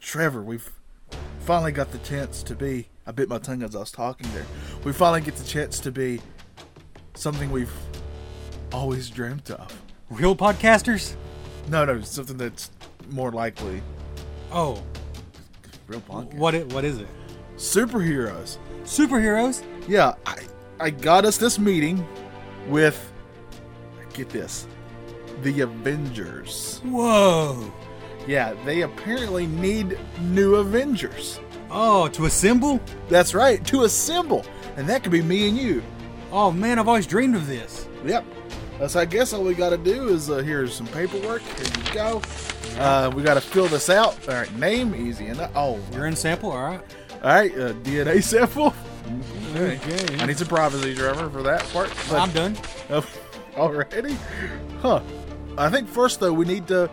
Trevor, we've finally got the chance to be. I bit my tongue as I was talking there. We finally get the chance to be something we've always dreamt of. Real podcasters? No, no, something that's more likely. Oh, Real podcast. what it, what is it? Superheroes. Superheroes? Yeah, I, I got us this meeting with. Get this. The Avengers. Whoa. Yeah, they apparently need new Avengers. Oh, to assemble? That's right, to assemble. And that could be me and you. Oh man, I've always dreamed of this. Yep. That's I guess all we got to do is uh, here's some paperwork. Here you go. Uh, we got to fill this out. All right, name easy enough. Oh, all Urine sample, all right. right, uh, DNA sample. I Okay. need some privacy, Trevor, for that part. but- I'm done. Oh, already? Huh. I think first though we need to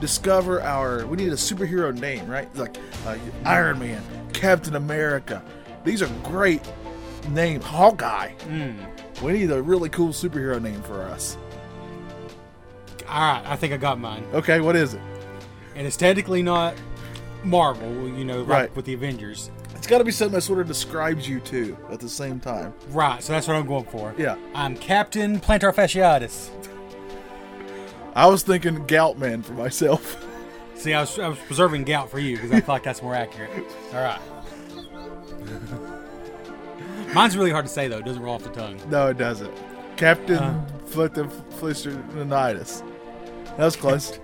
discover our. We need a superhero name, right? Like uh, Iron Man, Captain America. These are great names. Hawkeye. Hmm. We need a really cool superhero name for us. All right, I think I got mine. Okay, what is it? And it's technically not Marvel, you know, like Right. with the Avengers. It's got to be something that sort of describes you too at the same time. Right, so that's what I'm going for. Yeah. I'm Captain Plantar Fasciitis. I was thinking Gout Man for myself. See, I was, I was preserving gout for you because I feel like that's more accurate. All right. Mine's really hard to say though. It doesn't roll off the tongue. No, it doesn't. Captain Flinton Flisternonitis. That was close.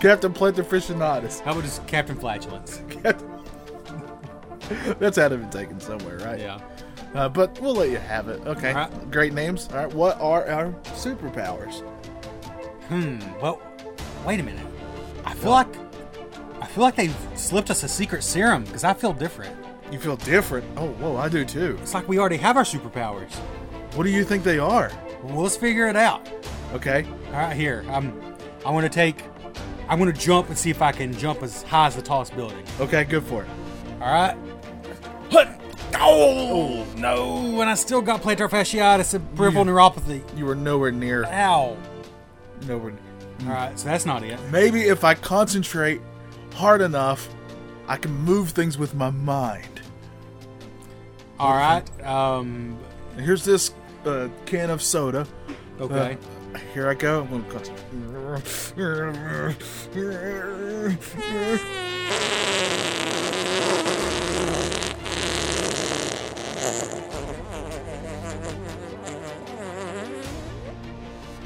Captain Flinton Flisternonitis. How about just Captain Flatulence? That's had to be taken somewhere, right? Yeah. Uh, but we'll let you have it. Okay. Alright. Great names. All right. What are our superpowers? Hmm. Well, wait a minute. I feel like I feel like they've slipped us a secret serum because I feel different. You feel different. Oh, whoa, I do too. It's like we already have our superpowers. What do you think they are? Well, let's figure it out. Okay. All right, here. I'm. I want to take. I'm going to jump and see if I can jump as high as the tallest building. Okay, good for it. All right. Hut! Oh no! And I still got plantar fasciitis and peripheral neuropathy. You were nowhere near. Ow! Nowhere near. All right, so that's not it. Maybe if I concentrate hard enough, I can move things with my mind. All right. Um. And here's this uh, can of soda. Okay. Uh, here I go. I'm gonna concentrate.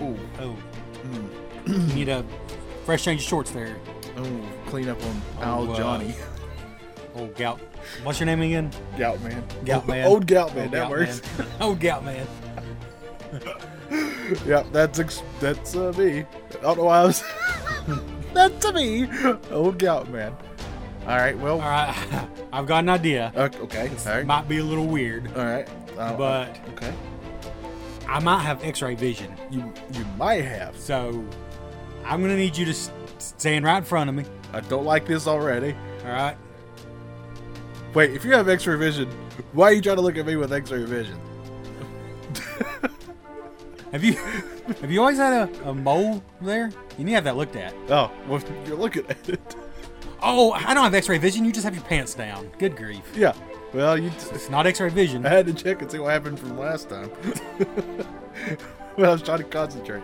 Ooh, Oh. you Mm. need a fresh change of shorts there. ooh, clean up on Oh, Al uh, Johnny. Old gout. What's your name again? Gout man. Gout man. Old gout man. Old that gout works. man. Old gout man. Yeah, that's ex- that's uh, me. I don't know why I was. that's me, old gout man. All right, well, All right. I've got an idea. okay, okay, all right, Might be a little weird, all right. I don't- but okay, I might have X-ray vision. you you might have. So I'm gonna need you to s- stand right in front of me. I don't like this already. All right. Wait, if you have X-ray vision, why are you trying to look at me with X-ray vision? Have you have you always had a, a mole there? You need to have that looked at. Oh, well, you're looking at it. Oh, I don't have X-ray vision. You just have your pants down. Good grief. Yeah. Well, you. T- It's not X-ray vision. I had to check and see what happened from last time. well, I was trying to concentrate.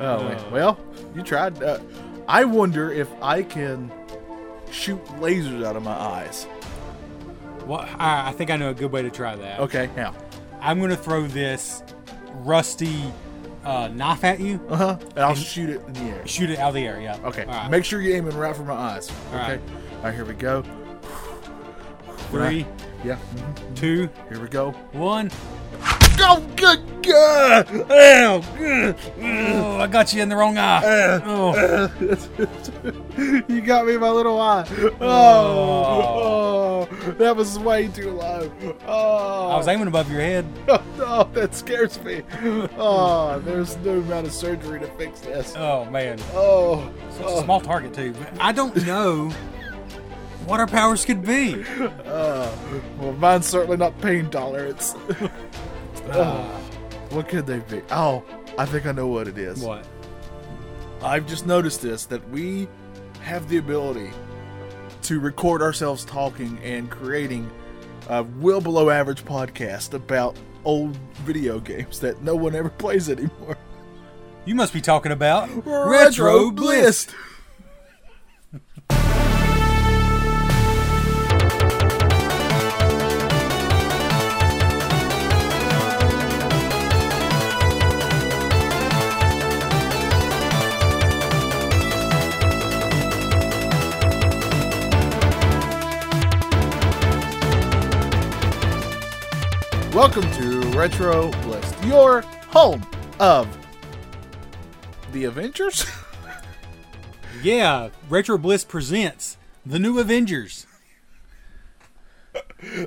Oh, man. well, you tried. Uh, I wonder if I can shoot lasers out of my eyes. Well, I, I think I know a good way to try that. Okay, now. I'm gonna throw this rusty uh, knife at you. Uh huh. And I'll shoot it in the air. Shoot it out of the air. Yeah. Okay. All right. Make sure you're aiming right for my eyes. All okay. right. All right. Here we go. Three, Yeah. mhm, two, Here we go. one. Go. Good Gah! Ow! Gah! Ugh! Oh, I got you in the wrong eye. Ah! Oh, you got me in my little eye. Oh, Oh. oh, that was way too low. Oh, I was aiming above your head. oh, no, that scares me. Oh, there's no amount of surgery to fix this. Oh man, Oh, such a oh, small target too. But I don't know what our powers could be. oh. well, mine's certainly not pain tolerance. Ah, what could they be? Oh, I think I know what it is. What? I've just noticed this that we have the ability to record ourselves talking and creating a well below average podcast about old video games that no one ever plays anymore. You must be talking about Welcome to Retro Bliss, your home of the Avengers. Yeah, Retro Bliss presents the new Avengers.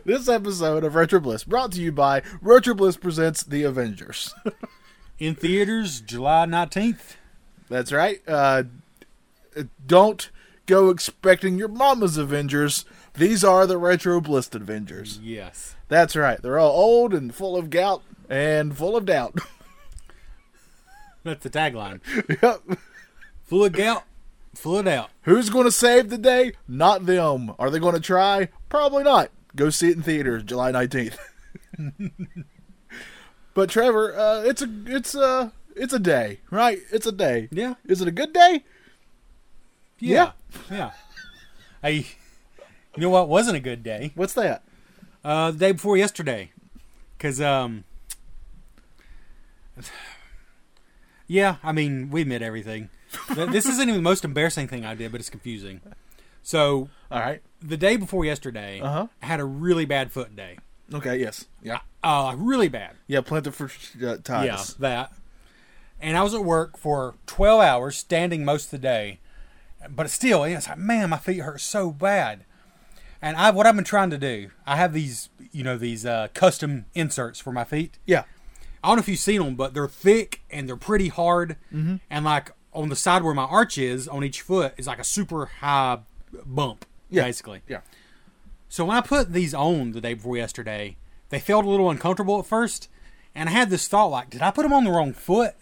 this episode of Retro Bliss brought to you by Retro Bliss presents the Avengers. in theaters July 19th. That's right. Uh, don't go expecting your mama's Avengers. These are the retro blissed Avengers. Yes. That's right. They're all old and full of gout and full of doubt. That's the tagline. Yep. Full of gout, full of doubt. Who's going to save the day? Not them. Are they going to try? Probably not. Go see it in theaters July 19th. but Trevor, uh, it's a it's a it's a day, right? It's a day. Yeah. Is it a good day? Yeah. Yeah. Hey, you know what wasn't a good day? What's that? Uh, the day before yesterday. Because, um, yeah, I mean, we admit everything. Th- this isn't even the most embarrassing thing I did, but it's confusing. So, All right. the day before yesterday, Uh-huh. I had a really bad foot day. Okay. Yes. Yeah. Uh, really bad. Yeah, plentiful uh, Yeah, times. that. And I was at work for 12 hours, standing most of the day. But still, it's like, man, my feet hurt so bad. And I, what I've been trying to do, I have these, you know, these uh, custom inserts for my feet. Yeah. I don't know if you've seen them, but they're thick and they're pretty hard. And like on the side where my arch is on each foot is like a super high bump, Yeah. basically. Yeah. So when I put these on the day before yesterday, they felt a little uncomfortable at first, and I had this thought like, did I put them on the wrong foot?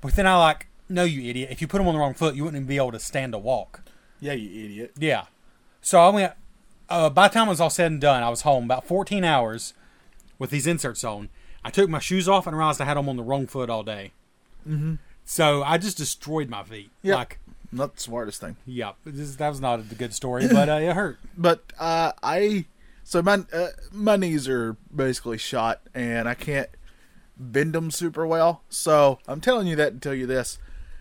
But then I like, no, you idiot! If you put them on the wrong foot, you wouldn't even be able to stand to walk. Yeah, you idiot. Yeah. So I went. Uh, by the time it was all said and done, I was home about 14 hours with these inserts on. I took my shoes off and realized I had them on the wrong foot all day. Mm-hmm. So I just destroyed my feet. Yeah. Like, Not the smartest thing. yeah, this, that was not a good story, but uh, it hurt. But uh, I, so my uh, my knees are basically shot, and I can't bend them super well. So I'm telling you that to tell you this: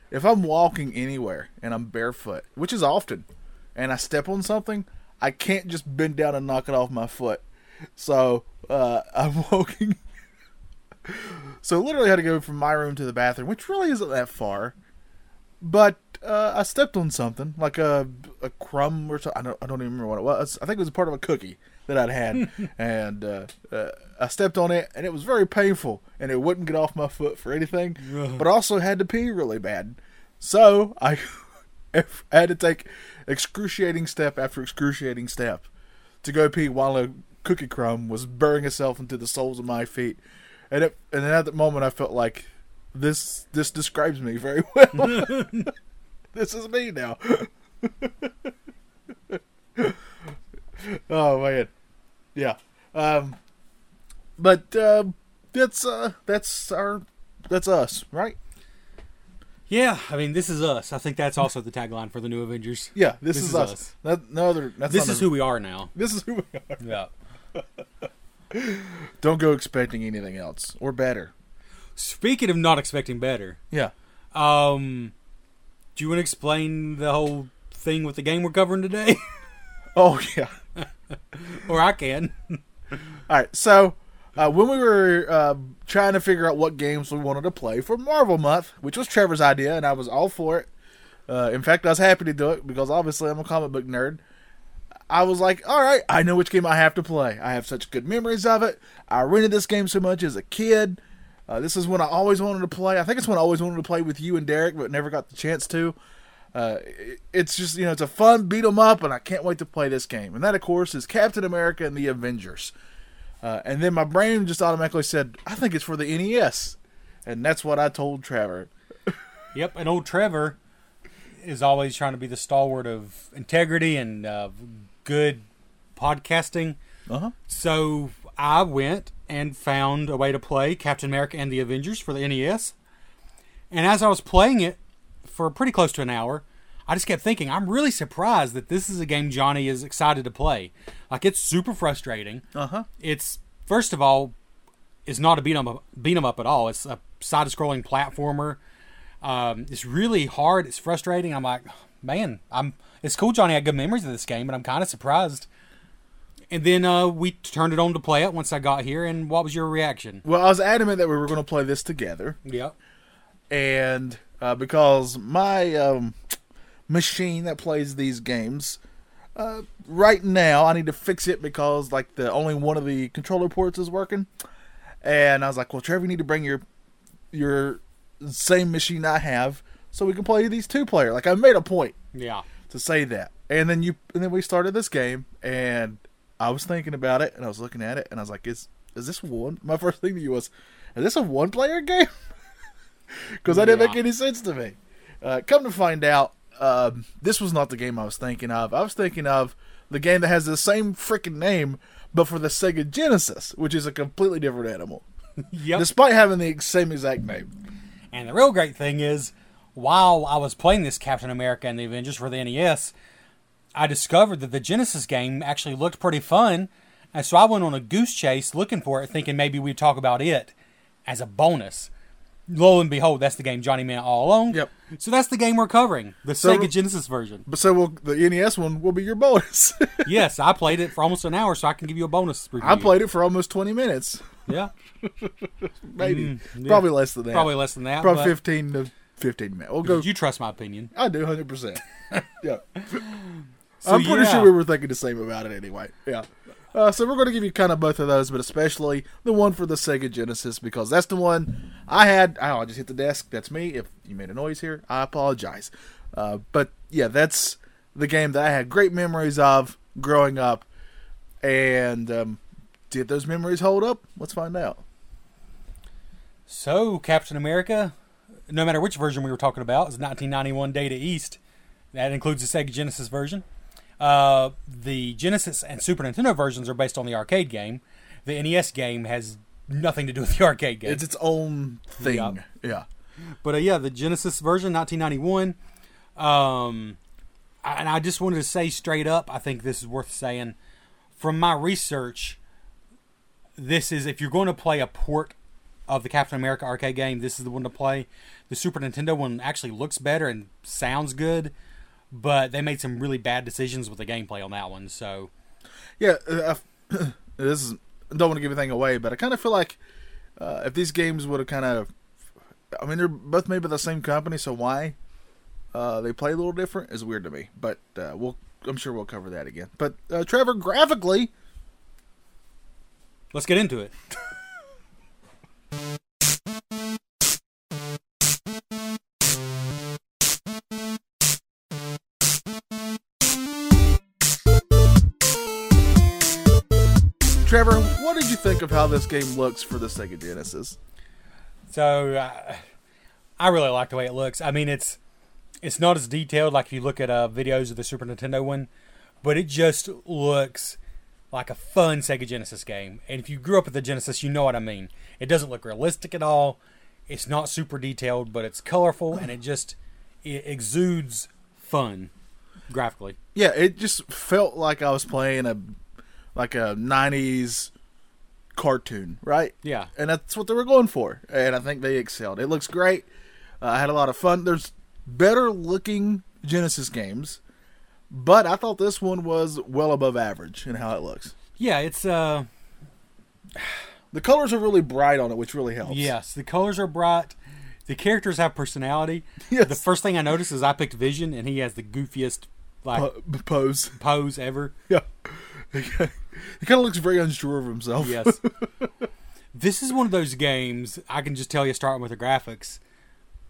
if I'm walking anywhere and I'm barefoot, which is often, and I step on something, I can't just bend down and knock it off my foot. So uh, I'm walking. so literally had to go from my room to the bathroom, which really isn't that far. but uh, I stepped on something like a a crumb or something. I don't I don't even remember what it was. I think it was part of a cookie that I'd had, and uh, uh, I stepped on it, and it was very painful, and it wouldn't get off my foot for anything. but I also had to pee really bad, so I I had to take excruciating step after excruciating step to go pee while a cookie crumb was burying itself into the soles of my feet. And it, and then at that moment, I felt like this this describes me very well. this is me now. oh man, yeah. Um, but um that's uh, that's our that's us, right? Yeah, I mean, this is us. I think that's also the tagline for the new Avengers. Yeah, this, is, us. No, no other. That's This not is a- who we are now. This is who we are. Yeah. Don't go expecting anything else or better. Speaking of not expecting better, Yeah. um, do you want to explain the whole thing with the game we're covering today? Oh yeah. or I can. All right, so uh, when we were uh, trying to figure out what games we wanted to play for Marvel Month, which was Trevor's idea, and I was all for it. Uh, in fact, I was happy to do it because obviously I'm a comic book nerd. I was like, all right, I know which game I have to play. I have such good memories of it. I rented this game so much as a kid. Uh, this is one I always wanted to play. I think it's one I always wanted to play with you and Derek, but never got the chance to. Uh, it- it's just, you know, it's a fun beat 'em up, and I can't wait to play this game. And that, of course, is Captain America and the Avengers. Uh, and then my brain just automatically said, I think it's for the NES. And that's what I told Trevor. Yep, and old Trevor is always trying to be the stalwart of integrity and uh, good podcasting. Uh huh. So I went and found a way to play Captain America and the Avengers for the NES. And as I was playing it for pretty close to an hour, I just kept thinking, I'm really surprised that this is a game Johnny is excited to play. Like it's super frustrating. Uh huh. It's first of all, it's not a beat 'em up, beat 'em up at all. It's a side-scrolling platformer. Um, it's really hard. It's frustrating. I'm like, man, I'm. It's cool, Johnny. I had good memories of this game, but I'm kind of surprised. And then uh, we turned it on to play it once I got here. And what was your reaction? Well, I was adamant that we were going to play this together. Yeah. and uh, because my um, machine that plays these games uh, right now I need to fix it because like the only one of the controller ports is working, and I was like, well, Trevor, you need to bring your your same machine I have so we can play these two player. Like I made a point Yeah. to say that, and then you and then we started this game, and I was thinking about it, and I was looking at it, and I was like, is is this one? My first thing to you was, is this a one player game? because that didn't Yeah. make any sense to me. Uh, come to find out, um, this was not the game I was thinking of. I was thinking of the game that has the same freaking name, but for the Sega Genesis, which is a completely different animal, Yep. despite having the same exact name. And the real great thing is, while I was playing this Captain America and the Avengers for the NES, I discovered that the Genesis game actually looked pretty fun. And so I went on a goose chase looking for it, thinking maybe we'd talk about it as a bonus. Lo and behold, that's the game Johnny meant all along. Yep. So that's the game we're covering, the So- Sega Genesis version. But so will the NES one will be your bonus. yes, I played it for almost an hour, so I can give you a bonus review. I played it for almost twenty minutes. Yeah, maybe probably less than that. Mm, probably less than that. probably but fifteen to fifteen minutes. We'll go. You trust my opinion? I do hundred percent. Yeah, So, I'm pretty yeah. sure we were thinking the same about it anyway. Yeah. Uh, so we're going to give you kind of both of those, but especially the one for the Sega Genesis because that's the one I had. Oh, I just hit the desk. That's me. If you made a noise here, I apologize. Uh, but yeah, that's the game that I had great memories of growing up. And um, did those memories hold up? Let's find out. So, Captain America, no matter which version we were talking about, is 1991 Data East. That includes the Sega Genesis version. Uh, the Genesis and Super Nintendo versions are based on the arcade game. The NES game has nothing to do with the arcade game. It's its own thing. Yeah. Yeah. But uh, yeah, the Genesis version, 1991. Um, I- and I just wanted to say straight up, I think this is worth saying. From my research, this is if you're going to play a port of the Captain America arcade game, this is the one to play. The Super Nintendo one actually looks better and sounds good, but they made some really bad decisions with the gameplay on that one. So Yeah, uh, I- this is don't want to give anything away, but I kind of feel like uh, if these games would have kind of, I mean, they're both made by the same company, so why uh, they play a little different is weird to me. But uh, we'll, I'm sure we'll cover that again. But uh, Trevor, graphically, let's get into it. Trevor, what did you think of how this game looks for the Sega Genesis? So I, I really like the way it looks. I mean, it's it's not as detailed like if you look at uh, videos of the Super Nintendo one, but it just looks like a fun Sega Genesis game. And if you grew up with the Genesis, you know what I mean. It doesn't look realistic at all. It's not super detailed, but it's colorful and it just it exudes fun graphically. Yeah, it just felt like I was playing a like a '90s cartoon, right? Yeah. and that's what they were going for. And I think they excelled. It looks great. Uh, I had a lot of fun. There's better looking Genesis games, but I thought this one was well above average in how it looks. Yeah, it's uh The colors are really bright on it, which really helps. Yes, the colors are bright. The characters have personality. Yes. The first thing I noticed is I picked Vision, and he has the goofiest like Uh, pose. pose ever. Yeah. he kind of looks very unsure of himself. Yes. this is one of those games I can just tell you starting with the graphics.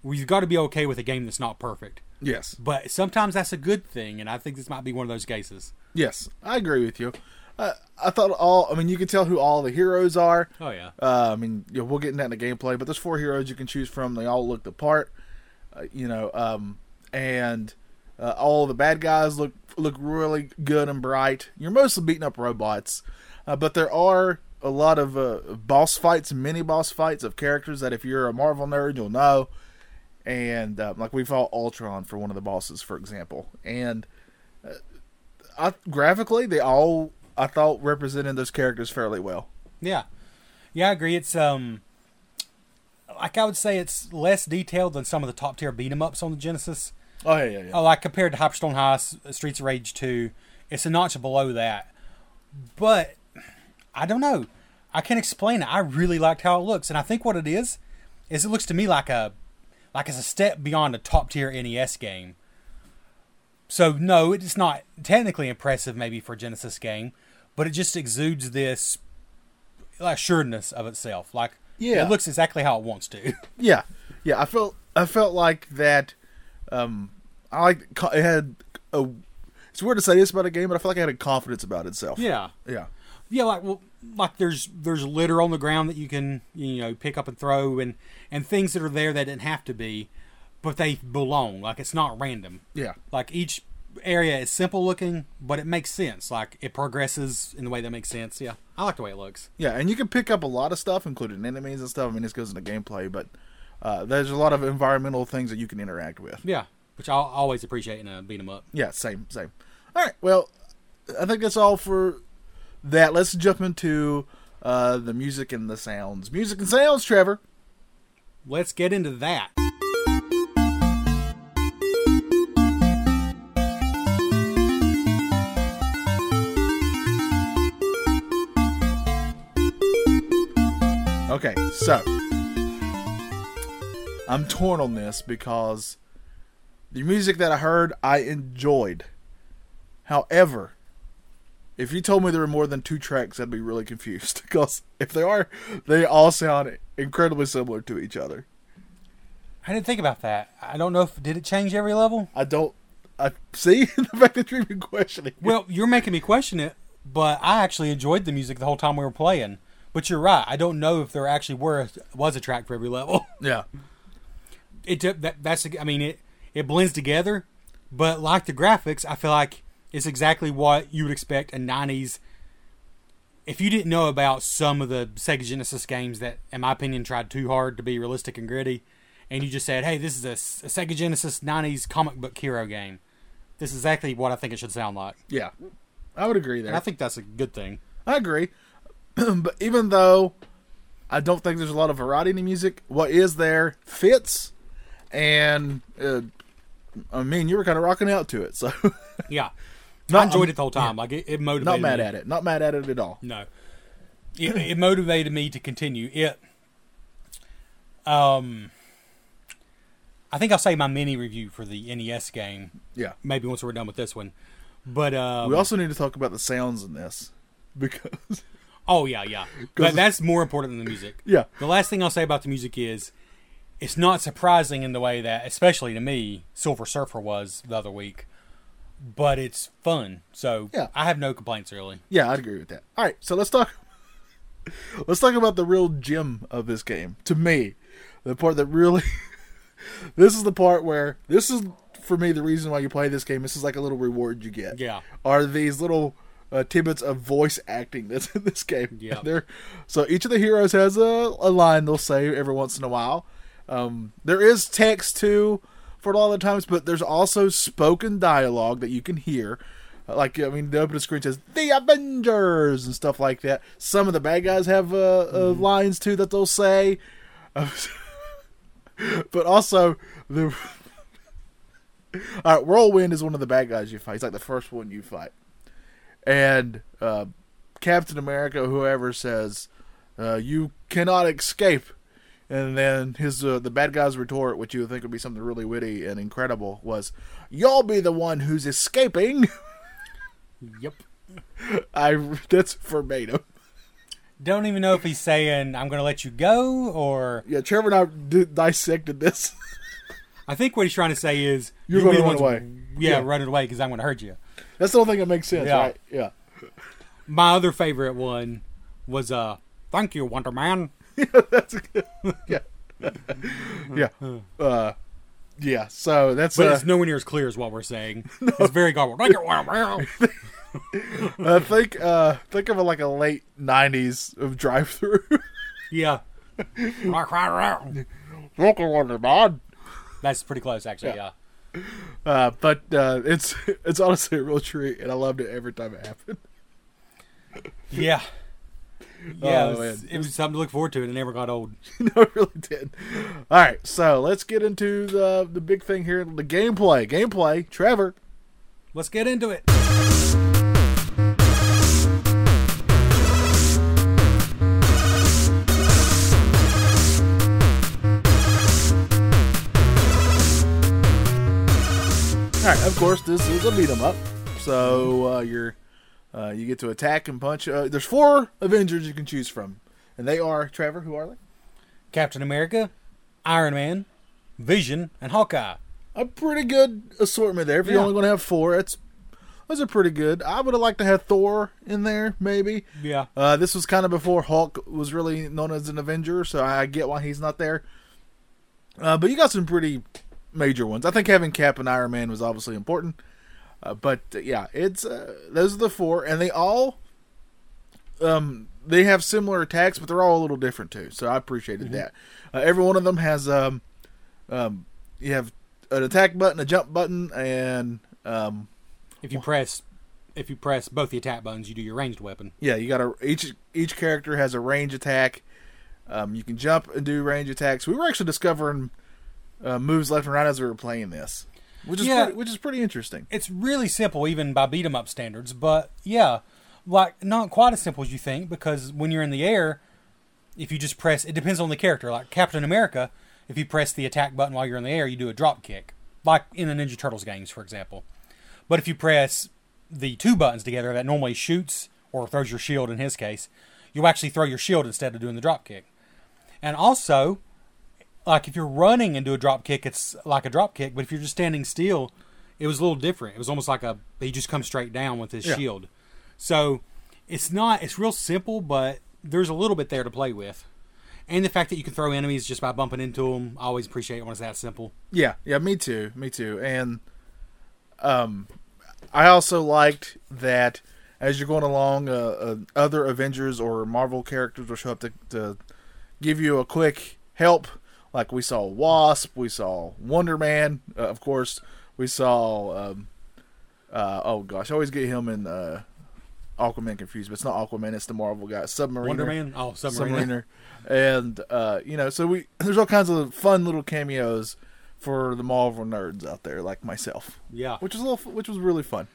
We've got to be okay with a game that's not perfect. Yes. But sometimes that's a good thing, and I think this might be one of those cases. Yes. I agree with you. I, I thought all. I mean, you can tell who all the heroes are. Oh yeah. Uh, I mean, you know, we'll get into that in the gameplay, but there's four heroes you can choose from. They all look the part, uh, you know, um, and uh, all the bad guys look look really good and bright. You're mostly beating up robots, uh, but there are a lot of uh, boss fights, mini boss fights of characters that if you're a Marvel nerd, you'll know. And uh, like we fought Ultron for one of the bosses, for example, and uh, I, graphically they all I thought represented those characters fairly well. Yeah. Yeah, I agree. It's um like I would say it's less detailed than some of the top tier beat 'em ups on the Genesis. Oh yeah, yeah, yeah. Oh, like compared to Hyperstone High, S- Streets of Rage 2, it's a notch below that. But I don't know. I can't explain it. I really liked how it looks, and I think what it is is it looks to me like a like it's a step beyond a top tier NES game. So no, it's not technically impressive maybe for a Genesis game, but it just exudes this like assuredness of itself. Like Yeah. it looks exactly how it wants to. Yeah, yeah. I felt I felt like that. Um, I like it had a. It's weird to say this about a game, but I feel like I had a confidence about itself. yeah. yeah, Yeah, like well, like there's there's litter on the ground that you can you know pick up and throw, and and things that are there that didn't have to be, but they belong. Like it's not random. yeah, Like each area is simple looking, but it makes sense. Like it progresses in the way that makes sense. Yeah, I like the way it looks. yeah. And you can pick up a lot of stuff, including enemies and stuff. I mean, this goes into gameplay, but uh, there's a lot of environmental things that you can interact with. Yeah, which I always appreciate in a beat 'em up. Yeah, same, same. All right. Well, I think that's all for that. Let's jump into uh, the music and the sounds. Music and sounds, Trevor. Let's get into that. Okay, so I'm torn on this because the music that I heard I enjoyed. However, if you told me there were more than two tracks, I'd be really confused because if there are, they all sound incredibly similar to each other. I didn't think about that. I don't know if did it change every level. I don't. I see the fact that you're even questioning. it. Well, you're making me question it, but I actually enjoyed the music the whole time we were playing. But you're right. I don't know if there actually were was a track for every level. yeah, It took- that that's I mean it it blends together, but like the graphics, I feel like it's exactly what you would expect a '90s. If you didn't know about some of the Sega Genesis games that, in my opinion, tried too hard to be realistic and gritty, and you just said, "Hey, this is a, S- a Sega Genesis '90s comic book hero game," this is exactly what I think it should sound like. yeah. I would agree there. And I think that's a good thing. I agree. but even though I don't think there's a lot of variety in the music, what is there fits. And uh, I mean, you were kind of rocking out to it, so Yeah. Not- I enjoyed it the whole time. Like it, it not motivated mad me. at it. Not mad at it at all. No. It, it motivated me to continue. It um I think I'll say my mini review for the NES game Yeah. maybe once we're done with this one. But um, We also need to talk about the sounds in this because oh yeah, yeah. 'Cause- But that's more important than the music. yeah, The last thing I'll say about the music is it's not surprising in the way that, especially to me, Silver Surfer was the other week. But it's fun, so Yeah. I have no complaints really. yeah, I'd agree with that. All right, so let's talk. Let's talk about the real gem of this game. To me, the part that really this is the part where this is for me the reason why you play this game. This is like a little reward you get. Yeah. are these little uh, tidbits of voice acting that's in this game. Yeah. They're, so each of the heroes has a, a line they'll say every once in a while. Um, there is text too for a lot of the times, but there's also spoken dialogue that you can hear. Uh, Like I mean, the opening screen says "The Avengers" and stuff like that. Some of the bad guys have uh, uh, lines too that they'll say, but also the All right, Whirlwind is one of the bad guys you fight. He's like the first one you fight. And uh, Captain America, whoever says, uh, "You cannot escape." And then his uh, the bad guy's retort, which you would think would be something really witty and incredible, was, "You'll be the one who's escaping." Yep. I that's verbatim. Don't even know if he's saying I'm going to let you go or Yeah, Trevor and I d- dissected this. I think what he's trying to say is You're you'll be gonna the run ones- away. Yeah. Yeah, run away because I'm going to hurt you. That's the only thing that makes sense, Yeah. right? Yeah. My other favorite one was uh, "Thank you, Wonder Man." yeah, yeah, uh, yeah. So that's But uh, it's nowhere near as clear as what we're saying. It's very garbled. Thank you, Wonder Man. I think uh, think of it like a late '90s of drive-through. yeah. Local wonder man. That's pretty close, actually. Yeah. Uh, but uh, it's it's honestly a real treat, and I loved it every time it happened. Yeah. Yeah, Oh, it, was, man. it was something to look forward to, and it never got old. no, it really did. All right, so let's get into the the big thing here, the gameplay. Gameplay, Trevor. Let's get into it. All right, of course, this is a beat 'em up. So uh, you're uh, you get to attack and punch. Uh, there's four Avengers you can choose from, and they are Trevor. Who are they? Captain America, Iron Man, Vision, and Hawkeye. a pretty good assortment there. If you're Yeah. only going to have four, that's those are pretty good. I would have liked to have Thor in there, maybe. Yeah. Uh, this was kind of before Hulk was really known as an Avenger, so I get why he's not there. Uh, but you got some pretty major ones. I think having Cap and Iron Man was obviously important. Uh, but uh, yeah, it's uh, those are the four, and they all um they have similar attacks, but they're all a little different too. So I appreciated Mm-hmm. that. Uh, every one of them has um um you have an attack button, a jump button, and um If you press, if you press both the attack buttons, you do your ranged weapon. yeah, you got a each each character has a range attack. Um, you can jump and do range attacks. We were actually discovering uh, moves left and right as we were playing this, which is Yeah. pretty, which is pretty interesting. It's really simple, even by beat 'em up standards. But yeah, like not quite as simple as you think, because when you're in the air, if you just press, it depends on the character. Like Captain America, if you press the attack button while you're in the air, you do a drop kick, like in the Ninja Turtles games, for example. But if you press the two buttons together, that normally shoots or throws your shield. In his case, you actually throw your shield instead of doing the drop kick. And also, like if you're running and do a drop kick, it's like a drop kick. But if you're just standing still, it was a little different. It was almost like a he just comes straight down with his Yeah. shield. So it's not it's real simple, but there's a little bit there to play with. And the fact that you can throw enemies just by bumping into them, I always appreciate it when it's that simple. Yeah, yeah, me too, me too. And um, I also liked that as you're going along, uh, uh, other Avengers or Marvel characters will show up to, to give you a quick help. Like we saw Wasp, we saw Wonder Man, uh, of course, we saw. Um, uh, oh gosh, I always get him and uh, Aquaman confused, but it's not Aquaman; it's the Marvel guy, Submariner. Wonder Man, oh Submariner. submariner, And uh, you know, so we there's all kinds of fun little cameos for the Marvel nerds out there, like myself, yeah. which was a little, which was really fun.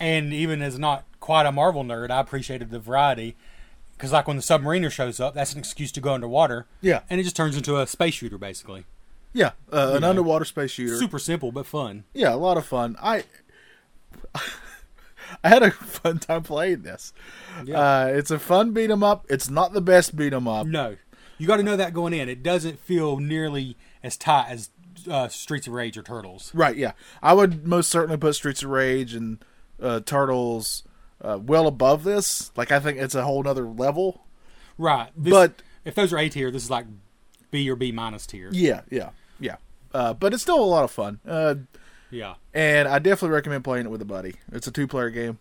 And even as not quite a Marvel nerd, I appreciated the variety because, like when the submariner shows up, that's an excuse to go underwater. Yeah. and it just turns into a space shooter basically. Yeah, uh, an underwater space shooter. Super simple but fun. Yeah, a lot of fun. I I had a fun time playing this. Yeah. Uh, it's a fun beat 'em up. It's not the best beat 'em up. No, you got to know that going in. It doesn't feel nearly as tight as uh, Streets of Rage or Turtles. Right, yeah. I would most certainly put Streets of Rage and uh, Turtles uh, well above this. Like I think it's a whole nother level. Right, this, But- if those are A tier, this is like B or B minus tier. Yeah, yeah, yeah. Uh, but it's still a lot of fun, uh, Yeah, and I definitely recommend playing it with a buddy. It's a two-player game.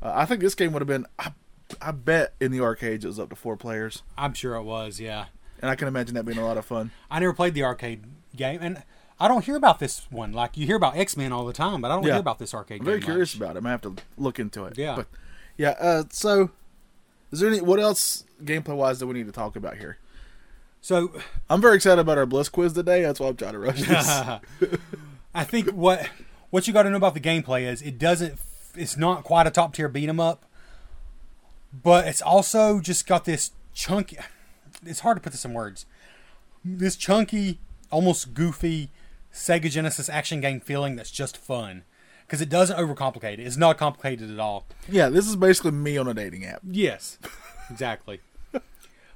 Uh, I think this game would have been, I, I bet, in the arcades it was up to four players, I'm sure it was. Yeah, and I can imagine that being a lot of fun. I never played the arcade game, and I don't hear about this one. Like you hear about X Men all the time, but I don't Yeah. hear about this arcade. I'm very game curious much. about it. I'm gonna have to look into it. Yeah. but yeah. Uh, so, is there any what else gameplay-wise that we need to talk about here? So I'm very excited about our Bliss quiz today. That's why I'm trying to rush this. I think what what you got to know about the gameplay is it doesn't. It's not quite a top tier beat 'em up, but it's also just got this chunky. It's hard to put this in words. This chunky, almost goofy Sega Genesis action game feeling that's just fun because it doesn't overcomplicate it. It's not complicated at all. Yeah, this is basically me on a dating app. Yes, exactly.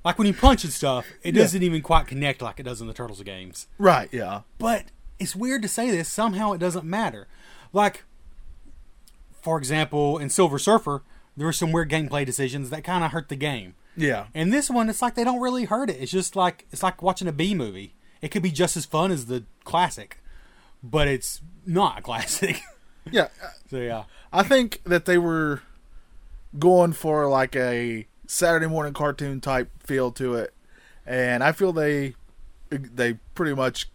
like when you punch and stuff, it doesn't even quite connect like it does in the Turtles games. Right, yeah. But it's weird to say this. Somehow it doesn't matter. Like, for example, in Silver Surfer, there were some weird gameplay decisions that kind of hurt the game. Yeah. And this one, it's like they don't really hurt it. It's just like it's like watching a B movie. It could be just as fun as the classic, but it's not a classic. Yeah. uh, so yeah, I think that they were going for like a Saturday morning cartoon type feel to it, and I feel they they pretty much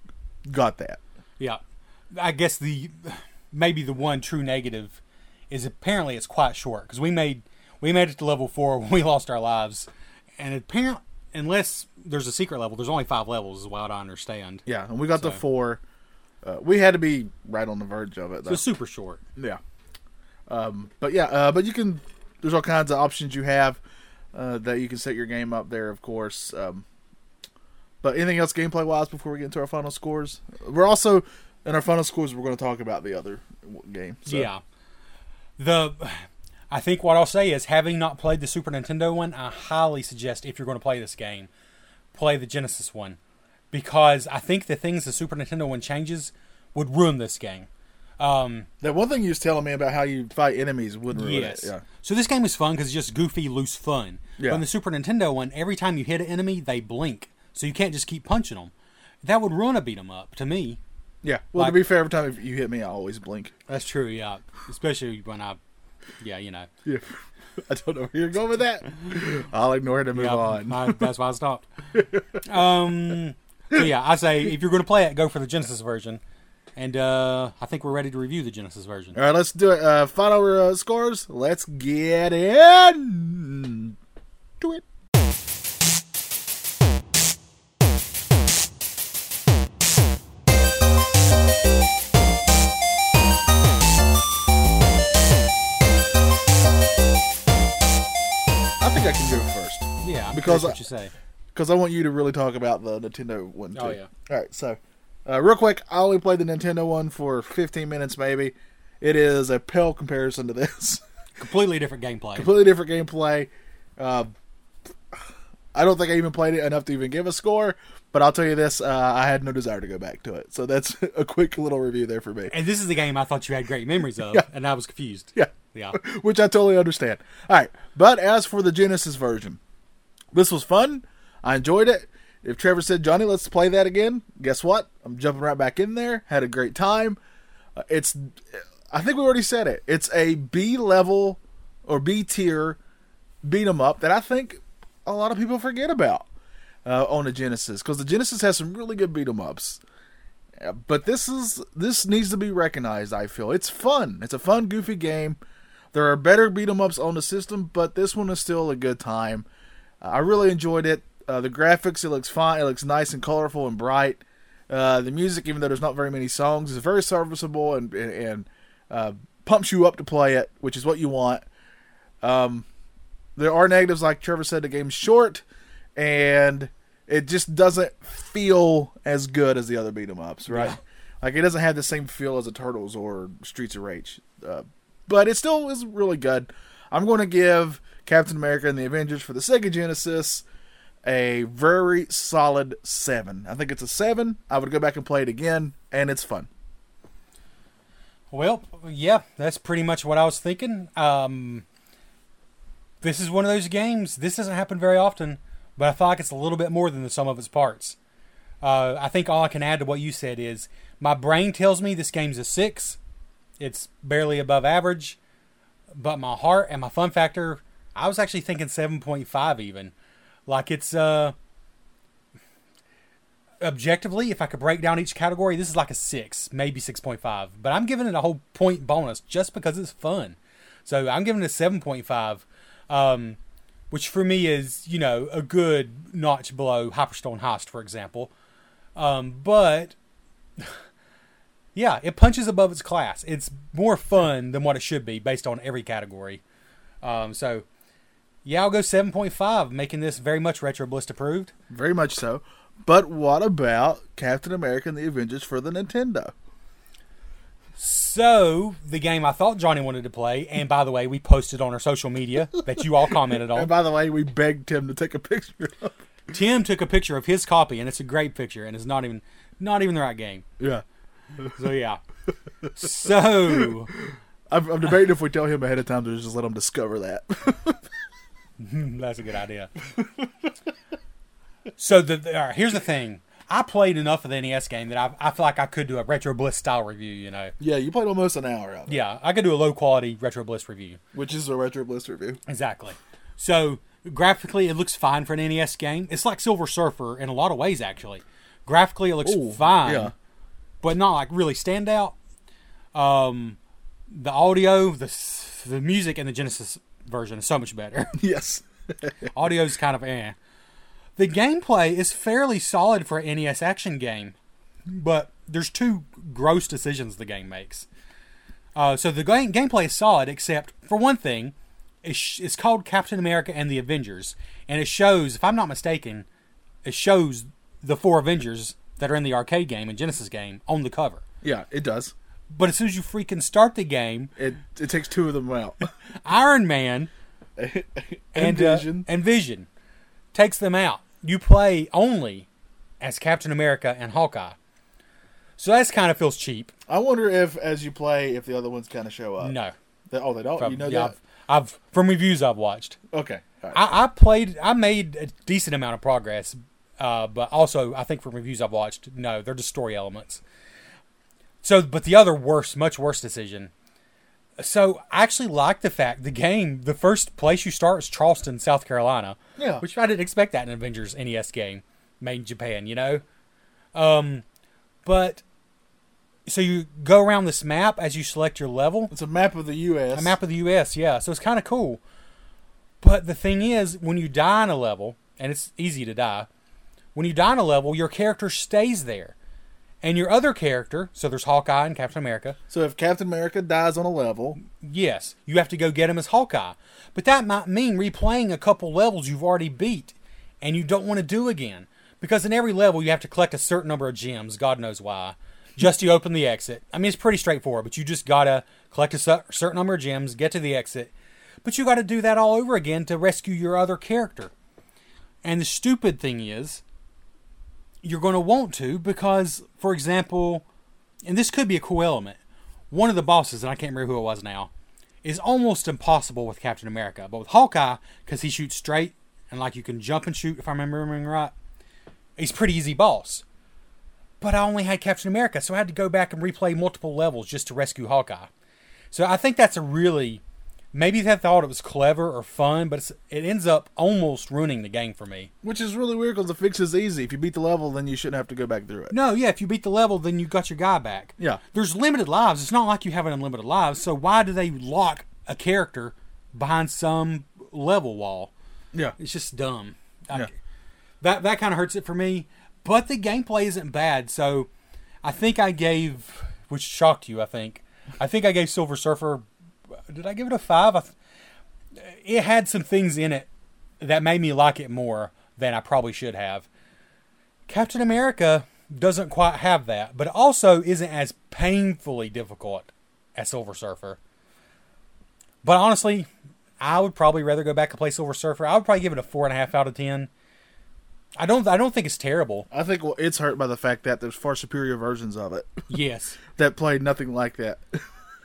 got that. yeah. I guess the maybe the one true negative is apparently it's quite short because we made we made it to level four when we lost our lives, and apparently unless there's a secret level, there's only five levels is what I understand. Yeah, and we got the So- four. Uh, we had to be right on the verge of it. Though. It's super short. Yeah. Um, but yeah, uh, but you can. There's all kinds of options you have uh, that you can set your game up there, of course. Um, but anything else gameplay wise before we get into our final scores? We're also in our final scores. We're going to talk about the other w- game. So. Yeah. The I think what I'll say is having not played the Super Nintendo one, I highly suggest if you're going to play this game, play the Genesis one because I think the things the Super Nintendo one changes would ruin this game. Um, That one thing you was telling me about how you fight enemies wouldn't ruin yes. it. Yeah. So this game is fun because it's just goofy, loose fun. Yeah. But in the Super Nintendo one, every time you hit an enemy, they blink, so you can't just keep punching them. That would ruin a beat 'em up to me. Yeah. Well, Like- to be fair, every time if you hit me, I always blink. That's true, yeah. Especially when I, yeah, you know. Yeah. I don't know where you're going with that. I'll ignore it and move Yeah, on. I- that's why I stopped. um, so yeah, I say if you're going to play it, go for the Genesis version. And uh, I think we're ready to review the Genesis version. All right, let's do it. Uh, final uh, scores. Let's get in to it. I think I can do it first Yeah, I'm Because curious what I- you say. because I want you to really talk about the Nintendo one. Too. Oh, yeah. All right, so uh, real quick, I only played the Nintendo one for 15 minutes, maybe. It is a pale comparison to this. Completely different gameplay. Completely different gameplay. Uh, I don't think I even played it enough to even give a score, but I'll tell you this: uh, I had no desire to go back to it. So that's a quick little review there for me. and this is the game I thought you had great memories of, and I was confused. Yeah. Yeah. which I totally understand. All right, but as for the Genesis version, this was fun. I enjoyed it. If Trevor said, "Johnny, let's play that again," guess what? I'm jumping right back in there. Had a great time. Uh, It's, I think we already said it. It's a B level or B tier beat 'em up that I think a lot of people forget about uh, on the Genesis because the Genesis has some really good beat 'em ups. Uh, But this is this needs to be recognized. I feel it's fun. It's a fun, goofy game. There are better beat 'em ups on the system, but this one is still a good time. Uh, I really enjoyed it. Uh, the graphics, it looks fine. It looks nice and colorful and bright. Uh, the music, even though there's not very many songs, is very serviceable and and, and uh, pumps you up to play it, which is what you want there are negatives like Trevor said the game's short and it just doesn't feel as good as the other beat 'em ups, right? Like it doesn't have the same feel as the Turtles or Streets of Rage. Uh, but it still is really good. I'm going to give Captain America and the Avengers for the Sega Genesis a very solid 7. I think it's a 7. I would go back and play it again and it's fun. Well, yeah, that's pretty much what I was thinking. Um, this is one of those games. This doesn't happen very often, but I feel like it's a little bit more than the sum of its parts. Uh, I think all I can add to what you said is my brain tells me this game's a six. It's barely above average, but my heart and my fun factor, I was actually thinking seven point five even. Like it's uh, objectively, if I could break down each category, this is like a six, maybe six point five. But I'm giving it a whole point bonus just because it's fun. So I'm giving it a seven point five, um, which for me is you know a good notch below Hyperstone Heist, for example. Um, but yeah, it punches above its class. It's more fun than what it should be based on every category. Um, so Yeah, I'll go 7.5, making this very much Retro Bliss approved. Very much so. But what about Captain America and the Avengers for the Nintendo? So, the game I thought Johnny wanted to play, and by the way, we posted on our social media that you all commented And on. by the way, we begged him to take a picture. of it. Tim took a picture of his copy, and it's a great picture, and it's not even not even the right game. yeah. So yeah. So I'm, I'm debating if we tell him ahead of time to just let him discover that. That's a good idea. so the, the all right, here's the thing. I played enough of the NES game that I, I feel like I could do a retro bliss style review. You know, yeah, you played almost an hour out, of it, yeah, I could do a low quality retro bliss review. which is a retro bliss review. Exactly. So graphically, it looks fine for an NES game. It's like Silver Surfer in a lot of ways, actually. Graphically, it looks Ooh, fine, yeah. but not like really standout. Um, the audio, the s- the music, and the Genesis version is so much better. Yes. Audio's kind of eh. The gameplay is fairly solid for an NES action game, but there's two gross decisions the game makes. Uh, so the game, gameplay is solid, except for one thing. It's, sh- it's called Captain America and the Avengers, and it shows, if I'm not mistaken, it shows the four Avengers that are in the arcade game and Genesis game on the cover. Yeah, it does. But as soon as you freaking start the game, It it takes two of them out. Iron Man and uh, Vision. and Vision takes them out. You play only as Captain America and Hawkeye. So that's kind of feels cheap. I wonder if, as you play, if the other ones kind of show up. No, They- oh, they don't. you know Yeah, I've, I've from reviews I've watched. that. Okay. All right. I, I played. I made a decent amount of progress, uh, but also I think from reviews I've watched, no, they're just story elements. So, but the other worse, much worse decision. So I actually like the fact the game, the first place you start is Charleston, South Carolina. Yeah. Which I didn't expect that in an Avengers NES game made in Japan, you know? Um, but so you go around this map as you select your level it's a map of the U.S. a map of the U.S. Yeah, so it's kind of cool. But the thing is, when you die on a level, and it's easy to die, when you die on a level, your character stays there, and your other character. So there's Hawkeye and Captain America. So if Captain America dies on a level, Yes, you have to go get him as Hawkeye, but that might mean replaying a couple levels you've already beat, and you don't want to do again because in every level you have to collect a certain number of gems. God knows why. Just to open the exit. I mean, it's pretty straightforward, but you just gotta collect a cer- certain number of gems, get to the exit, but you gotta do that all over again to rescue your other character. And the stupid thing is, you're going to want to because, for example, and this could be a cool element. One of the bosses, and I can't remember who it was now, is almost impossible with Captain America, but with Hawkeye, because he shoots straight and like you can jump and shoot, if I'm remembering right, he's a pretty easy boss. But I only had Captain America, so I had to go back and replay multiple levels just to rescue Hawkeye. So I think that's a really maybe they thought it was clever or fun, but it's, it ends up almost ruining the game for me. which is really weird because the fix is easy. If you beat the level, then you shouldn't have to go back through it. No, yeah, if you beat the level, then you got your guy back. Yeah. There's limited lives. It's not like you have an unlimited lives, so why do they lock a character behind some level wall? Yeah. It's just dumb. I- Yeah. That that kind of hurts it for me. But the gameplay isn't bad, so I think I gave, which shocked you, I think. I think I gave Silver Surfer. Did I give it a five? I th- it had some things in it that made me like it more than I probably should have. Captain America doesn't quite have that, but it also isn't as painfully difficult as Silver Surfer. But honestly, I would probably rather go back and play Silver Surfer. I would probably give it a four and a half out of ten. I don't. I don't think it's terrible. I think well, it's hurt by the fact that there's far superior versions of it Yes. that play nothing like that.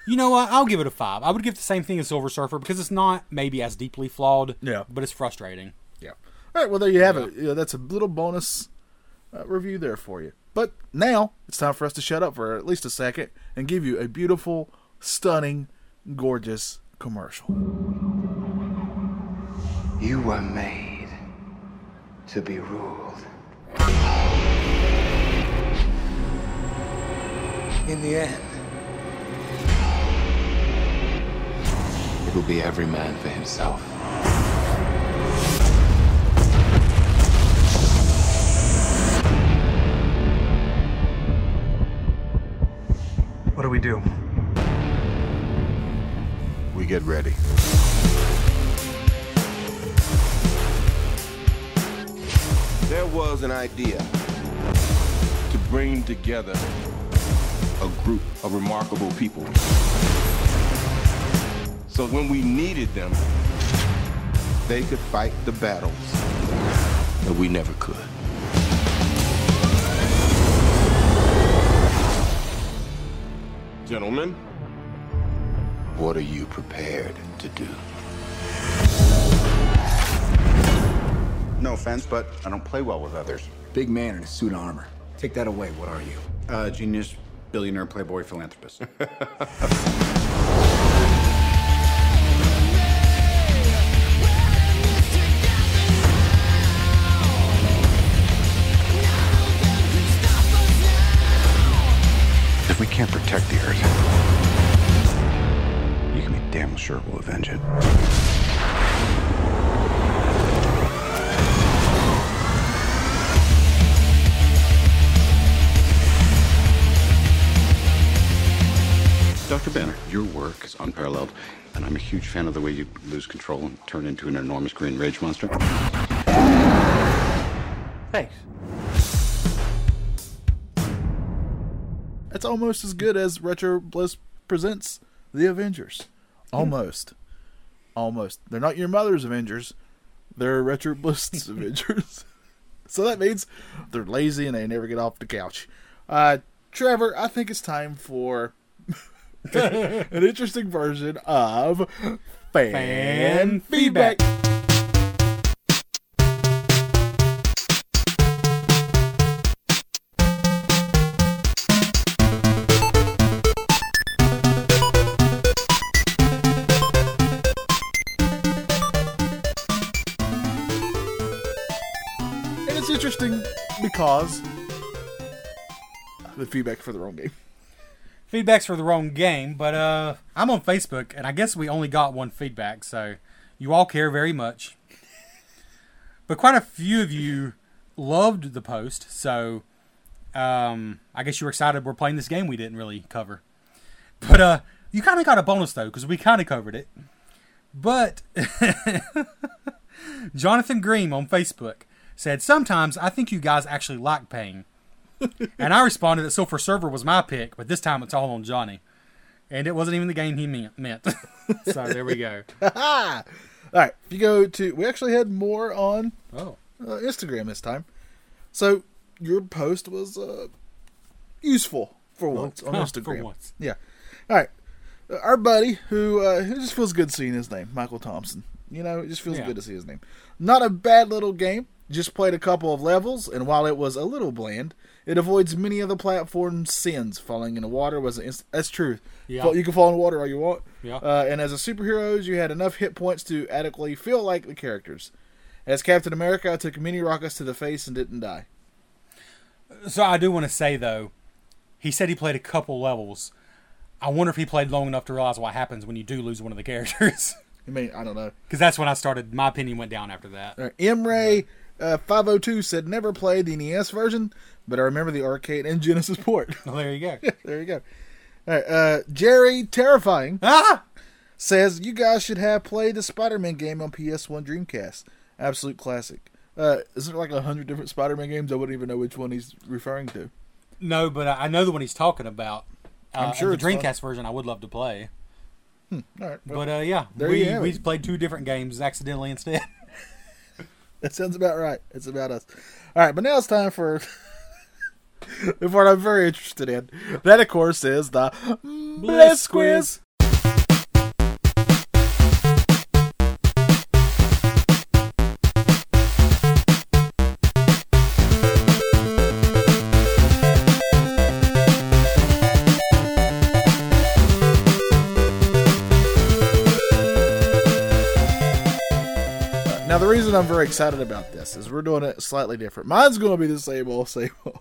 You know what? I'll give it a five. I would give the same thing as Silver Surfer because it's not maybe as deeply flawed. Yeah. But it's frustrating. Yeah. All right. Well, there you have it. Yeah, that's a little bonus uh, review there for you. But now it's time for us to shut up for at least a second and give you a beautiful, stunning, gorgeous commercial. You were made to be ruled. In the end, it will be every man for himself. What do we do? We get ready. There was an idea to bring together a group of remarkable people. So when we needed them, they could fight the battles that we never could. Gentlemen, what are you prepared to do? No offense, but I don't play well with others. Big man in a suit of armor. Take that away. What are you? Uh, genius, billionaire, playboy, philanthropist. if we can't protect the Earth, you can be damn sure we'll avenge it. Dr. Banner, your work is unparalleled, and I'm a huge fan of the way you lose control and turn into an enormous green rage monster. Thanks. That's almost as good as Retro Bliss presents the Avengers. Almost. Almost. They're not your mother's Avengers. They're Retro Bliss's Avengers. So that means they're lazy and they never get off the couch. Uh, Trevor, I think it's time for an interesting version of fan, Fan feedback. feedback. And it's interesting because the feedback for the wrong game. Feedback's for the wrong game, but uh, I'm on Facebook, and I guess we only got one feedback, so you all care very much. But quite a few of you loved the post, so um, I guess you were excited we're playing this game we didn't really cover. But uh, you kind of got a bonus, though, because we kind of covered it. But Jonathan Green on Facebook said, Sometimes I think you guys actually like pain. And I responded that Silver Server was my pick, but this time it's all on Johnny. And it wasn't even the game he mean- meant. so there we go. Ah! All right, if you go to, we actually had more on Oh. uh, Instagram this time. So your post was uh, useful for once on huh, Instagram. for once. Yeah. All right. Uh, Our buddy, who uh, it just feels good seeing his name, Michael Thompson. You know, it just feels Yeah. good to see his name. Not a bad little game. Just played a couple of levels, and while it was a little bland, it avoids many of the platform sins. Falling into water was an inst- that's true. Yeah. Fall- You can fall in water all you want. Yeah. Uh, and as a superheroes, you had enough hit points to adequately feel like the characters. As Captain America, I took many rockets to the face and didn't die. So I do want to say, though, he said he played a couple levels. I wonder if he played long enough to realize what happens when you do lose one of the characters. I mean, I don't know. Because that's when I started, my opinion went down after that. Uh, M Ray uh, 502 said never played the NES version, but I remember the arcade and Genesis port. Well, there you go. there you go. All right, uh, Jerry Terrifying ah! says you guys should have played the Spider-Man game on PS1 Dreamcast. Absolute classic. Uh, is there like a hundred different Spider-Man games? I wouldn't even know which one he's referring to. No, but I I know the one he's talking about. Uh, I'm sure The it's fun. Hmm, Dreamcast version I would love to play. All right, well, But uh, yeah, There we, you have we it. played two different games accidentally instead. that sounds about right. It's about us. All right, but now it's time for the part I'm very interested in. That, of course, is the Bliss Quiz. Now the reason I'm very excited about this is we're doing it slightly different. Mine's going to be the same old, same old.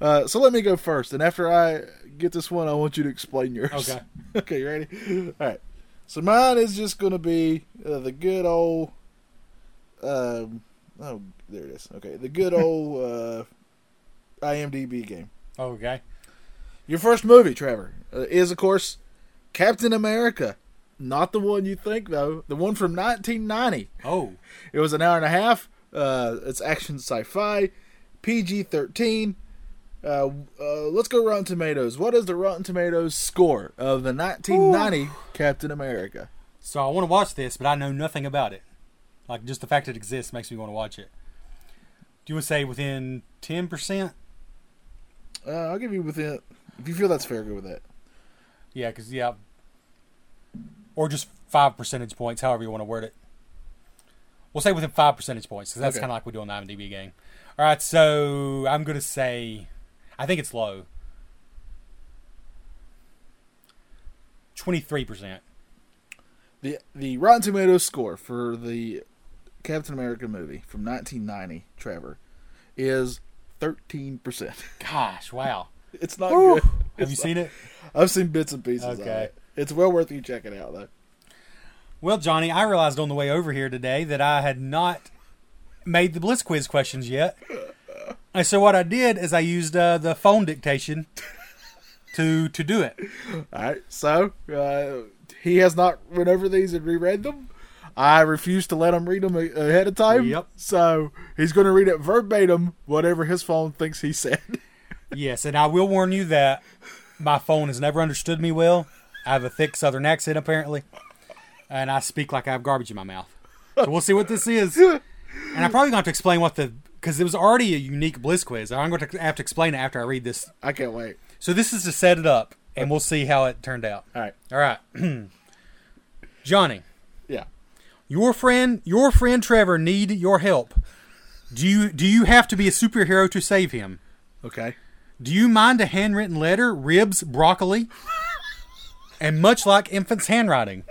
Uh, so let me go first, and after I get this one, I want you to explain yours. Okay. okay, you ready? All right. So mine is just going to be uh, the good old. Um, oh, there it is. Okay, the good old uh, IMDb game. Okay. Your first movie, Trevor, uh, is of course Captain America. Not the one you think though. The one from 1990. Oh. It was an hour and a half. Uh, it's action sci-fi, PG thirteen. Uh, uh, let's go Rotten Tomatoes. What is the Rotten Tomatoes score of the 1990 Captain America? So I want to watch this, but I know nothing about it. Like just the fact it exists makes me want to watch it. Do you want to say within ten percent? Uh, I'll give you within. If you feel that's fair, go with that. Yeah, because yeah, or just five percentage points, however you want to word it. We'll say within five percentage points, because that's Okay. kind of like we do on the IMDb game. All right, so I'm gonna say, I think it's low. Twenty three percent. the The Rotten Tomatoes score for the Captain America movie from 1990, Trevor, is 13 percent. Gosh, wow. It's not Whew. good. Have you seen it? I've seen bits and pieces. Of Okay. it. It's well worth you checking out though. Well, Johnny, I realized on the way over here today that I had not made the Blitz quiz questions yet. And so what I did is I used uh, the phone dictation to to do it. All right, so uh, he has not went over these and reread them. I refuse to let him read them a- ahead of time. Yep. So he's going to read it verbatim, whatever his phone thinks he said. Yes, and I will warn you that my phone has never understood me well. I have a thick Southern accent apparently, and I speak like I have garbage in my mouth. So we'll see what this is, and I'm probably going to have to explain what the because it was already a unique Blitz quiz. I'm going to have to explain it after I read this I can't wait. So this is to set it up, and we'll see how it turned out. All right. All right, Johnny, Yeah. your friend, your friend Trevor need your help. Do you do you have to be a superhero to save him? Okay. Do you mind a handwritten letter, ribs, broccoli, and much like infants' handwriting?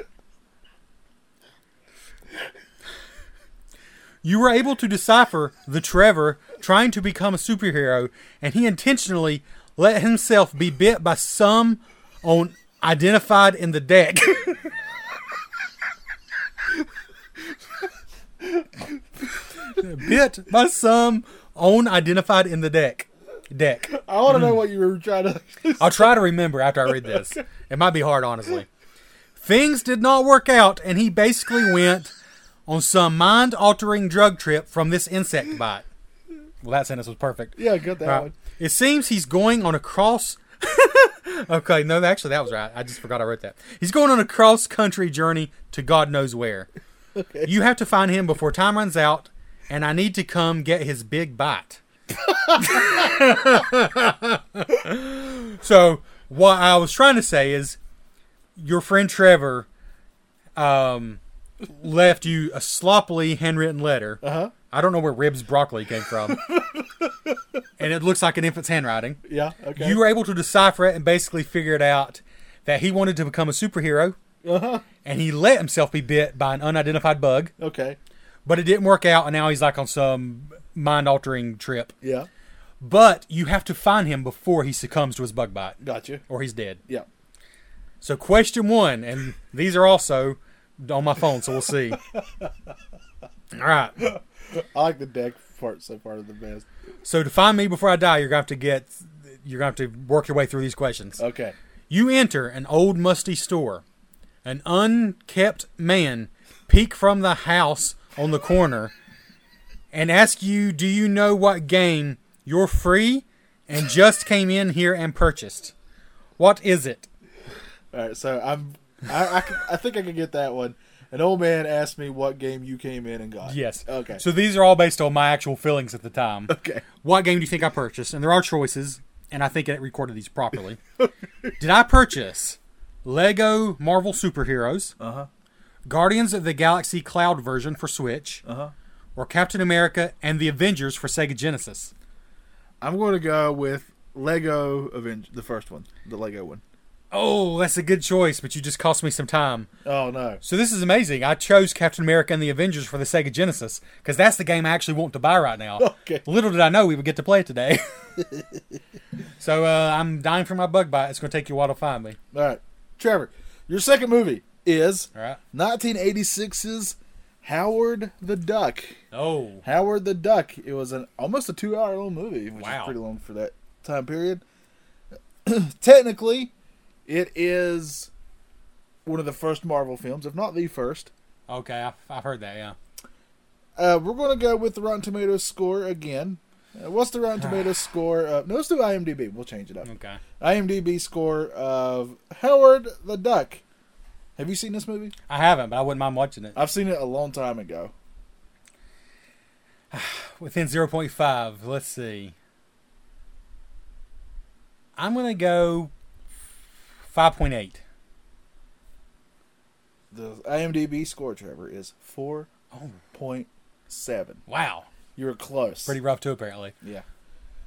You were able to decipher the Trevor trying to become a superhero, and he intentionally let himself be bit by some on identified in the deck. bit by some on identified in the deck. Deck. I want to know what you were trying to. I'll try to remember after I read this. It might be hard, honestly. Things did not work out, and he basically went on some mind altering drug trip from this insect bite. Well, that sentence was perfect. yeah, get that Right. one. It seems he's going on a cross. okay, no, actually, that was right. I just forgot I wrote that. He's going on a cross country journey to God knows where. You have to find him before time runs out, and I need to come get his big bite. so, what I was trying to say is your friend Trevor um, left you a sloppily handwritten letter. Uh-huh. I don't know where ribs broccoli came from and it looks like an infant's handwriting. Yeah. Okay. You were able to decipher it and basically figured out that he wanted to become a superhero, Uh-huh. and he let himself be bit by an unidentified bug, okay. but it didn't work out, and now he's like on some mind-altering trip. Yeah. But you have to find him before he succumbs to his bug bite, Gotcha. or he's dead. Yeah. So, question one, and these are also on my phone, so we'll see. All right. I like the deck part so far the best. So, to find me before I die, you're gonna have to get, you're gonna have to work your way through these questions. Okay. You enter an old musty store. An unkept man peek from the house on the corner and ask you, "Do you know what game you're free and just came in here and purchased? What is it?" All right. So I'm. I I, can- I think I can get that one. An old man asked me what game you came in and got. Yes. Okay. So these are all based on my actual feelings at the time. okay. What game do you think I purchased? And there are choices, and I think it recorded these properly. Did I purchase Lego Marvel Superheroes, uh-huh. Guardians of the Galaxy Cloud version for Switch, uh-huh. or Captain America and the Avengers for Sega Genesis? I'm going to go with Lego Avenge, the first one, the Lego one. Oh, that's a good choice, but you just cost me some time. Oh no! So this is amazing. I chose Captain America and the Avengers for the Sega Genesis because that's the game I actually want to buy right now. Okay. Little did I know we would get to play it today. so uh, I'm dying for my bug bite. It's going to take you a while to find me. All right, Trevor, your second movie is All right. 1986's Howard the Duck. Oh. Howard the Duck. It was an almost a two-hour long movie, which Wow. is pretty long for that time period. Technically, it is one of the first Marvel films, if not the first. Okay, I've, I've heard that. Yeah. Uh, we're going to go with the Rotten Tomatoes score again. Uh, what's the Rotten Tomatoes score? Uh, no, let's do IMDb. We'll change it up. Okay. IMDb score of Howard the Duck. Have you seen this movie? I haven't, but I wouldn't mind watching it. I've seen it a long time ago. Within 0.5, let's see. I'm going to go 5.8. The IMDb score, Trevor, is four point seven. Wow. You were close. Pretty rough, too, apparently. Yeah.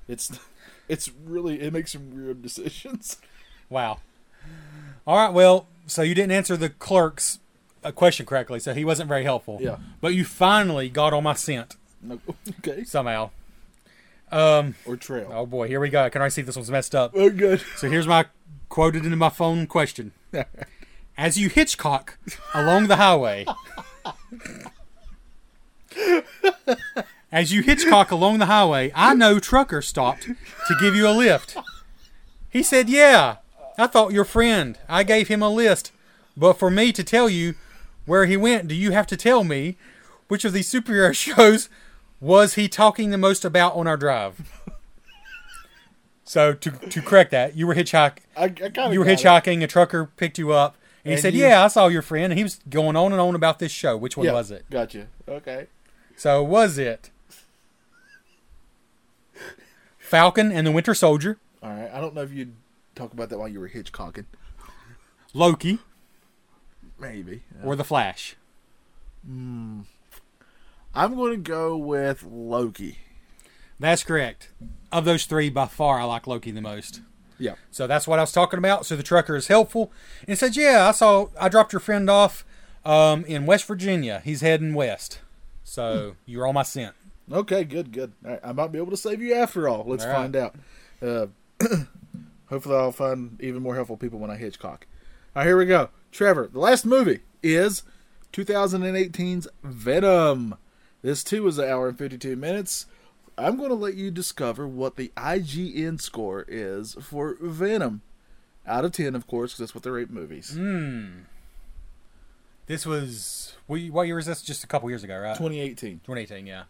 It's it's really it makes some weird decisions. Wow. All right. Well, so you didn't answer the clerk's uh, question correctly, so he wasn't very helpful. Yeah. But you finally got on my scent No, okay. somehow. Um. Or trail. Oh boy, here we go. I can already see this one's messed up. Oh, good. So here's my quoted into my phone question. As you Hitchcock along the highway. As you Hitchcock along the highway, I know trucker stopped to give you a lift. He said, "Yeah, I thought your friend. I gave him a list, but for me to tell you where he went, do you have to tell me which of these superhero shows was he talking the most about on our drive?" So to to correct that, you were hitchhiking. I, I kind of You were hitchhiking. A trucker picked you up, and, And he said, you- "Yeah, I saw your friend." And he was going on and on about this show. Which one Yeah, was it? Gotcha. Okay. So was it Falcon and the Winter Soldier, All right. I don't know if you'd talk about that while you were hitchcocking. Loki, Maybe. or the Flash? I'm going to go with Loki. That's correct. Of those three, by far, I like Loki the most. Yeah. So that's what I was talking about. So the trucker is helpful and said, "Yeah, I saw. I dropped your friend off um, in West Virginia. He's heading west. So you're on my scent." Okay. Good. Good. All right. I might be able to save you after all. Let's All right. find out. Uh, hopefully, I'll find even more helpful people when I hitchcock. All right. Here we go. Trevor, the last movie is 2018's Venom. This too is an hour and 52 minutes. I'm going to let you discover what the IGN score is for Venom. Out of 10, of course, because that's what they rate movies. Mm. This was what what year was this? Just a couple years ago, right? 2018. 2018, yeah.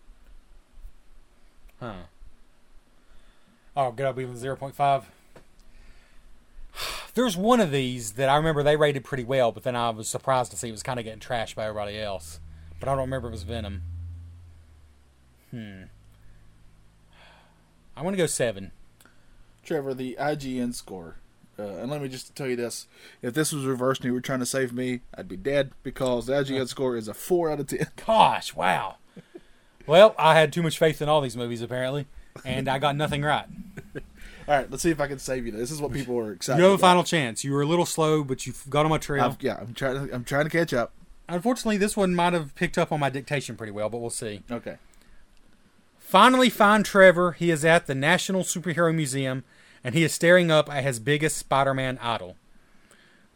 Huh. Oh, good. I'll be with 0.5. There's one of these that I remember they rated pretty well, but then I was surprised to see it was kind of getting trashed by everybody else. But I don't remember if it was Venom. Hmm. I want to go seven. Trevor, the IGN score. Uh, and let me just tell you this: if this was reversed and you were trying to save me, I'd be dead because the IGN score is a four out of ten. Gosh, wow. well, I had too much faith in all these movies, apparently, and I got nothing right. All right, let's see if I can save you. This is what people are excited. You have a about. final chance. You were a little slow, but you got on my trail. I've, yeah, I'm trying. To, I'm trying to catch up. Unfortunately, this one might have picked up on my dictation pretty well, but we'll see. Okay. Finally, find Trevor. He is at the National Superhero Museum, and he is staring up at his biggest Spider-Man idol.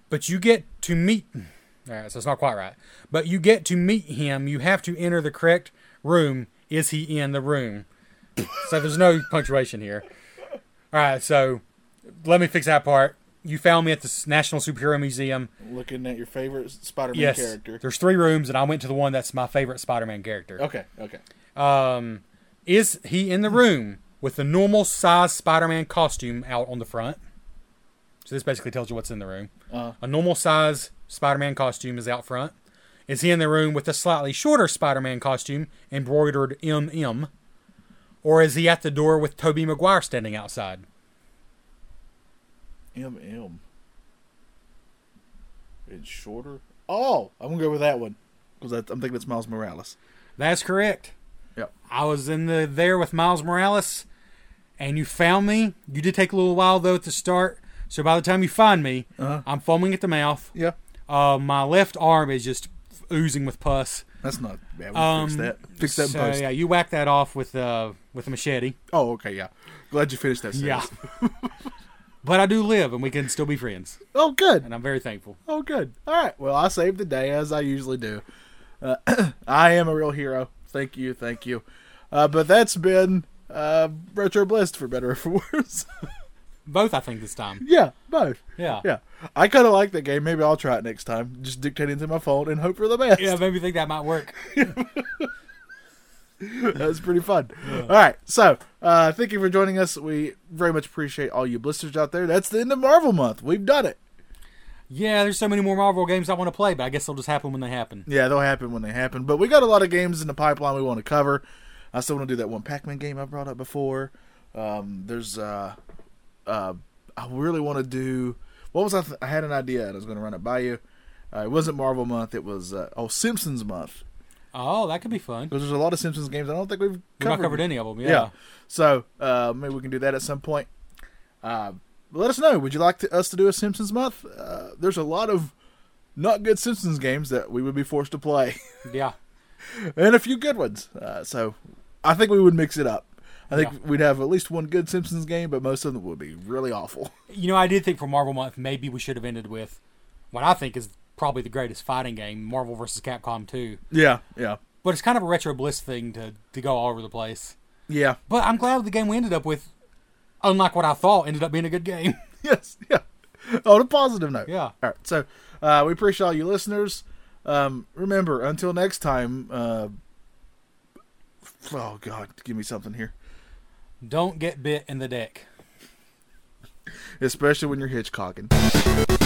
But you get to meet. All right, so it's not quite right. But you get to meet him. You have to enter the correct room. Is he in the room? so there's no punctuation here. All right, so let me fix that part. You found me at the S- National Superhero Museum. Looking at your favorite Spider-Man Yes, character. there's three rooms, and I went to the one that's my favorite Spider-Man character. Okay. Okay. Um, is he in the room with the normal size Spider-Man costume out on the front? So this basically tells you what's in the room. A normal size Spider-Man costume is out front. Is he in the room with a slightly shorter Spider-Man costume embroidered MM? Or is he at the door with Toby Maguire standing outside? MM. It's shorter. Oh, I'm gonna go with that one because I'm thinking it's Miles Morales. That's correct. Yep. I was in the there with Miles Morales, and you found me. You did take a little while though at the start, so by the time you find me, I'm foaming at the mouth. Yeah. Uh, my left arm is just oozing with pus. That's not bad. We Um, fixed that. Fix that in so, post. Yeah, you whack that off with uh with a machete. Oh, okay. Yeah. Glad you finished that. Sentence. but I do live, and we can still be friends, Oh, good. and I'm very thankful. Oh, good. All right. Well, I saved the day as I usually do. Uh, I am a real hero. Thank you. Thank you. Uh, but that's been uh, Retro Blist for better or for worse. Both, I think, this time. yeah, both. Yeah. Yeah. I kind of like that game. Maybe I'll try it next time. Just dictate into my phone and hope for the best. Yeah, maybe think that might work. that was pretty fun. All right, so uh, thank you for joining us. We very much appreciate all you blisters out there. That's the end of Marvel month. We've done it. Yeah, there's so many more Marvel games I want to play, but I guess they'll just happen when they happen. Yeah, they'll happen when they happen. But we got a lot of games in the pipeline we want to cover. I still want to do that one Pac-Man game I brought up before. Um, there's uh, uh, I really want to do. What was I? Th- I had an idea and I was going to run it by you. Uh, it wasn't Marvel month. It was uh, oh Simpsons month Oh, that could be fun. because there's a lot of Simpsons games I don't think we've We've covered. not covered any of them. Yeah. Yeah. So uh, maybe we can do that at some point. Uh, let us know. Would you like to, us to do a Simpsons month? Uh, there's a lot of not good Simpsons games that we would be forced to play, Yeah. and a few good ones. Uh, so I think we would mix it up. I think Yeah. we'd have at least one good Simpsons game, but most of them would be really awful. You know, I did think for Marvel Month, maybe we should have ended with what I think is probably the greatest fighting game, Marvel vs. Capcom 2. Yeah, yeah, But it's kind of a retro bliss thing to, to go all over the place. yeah. But I'm glad the game we ended up with, unlike what I thought, ended up being a good game. yes, yeah. On a positive note. Yeah. All right. So uh, we appreciate all you listeners. Um, remember, until next time. Uh, oh God, give me something here. Don't get bit in the deck. Especially when you're hitchcocking.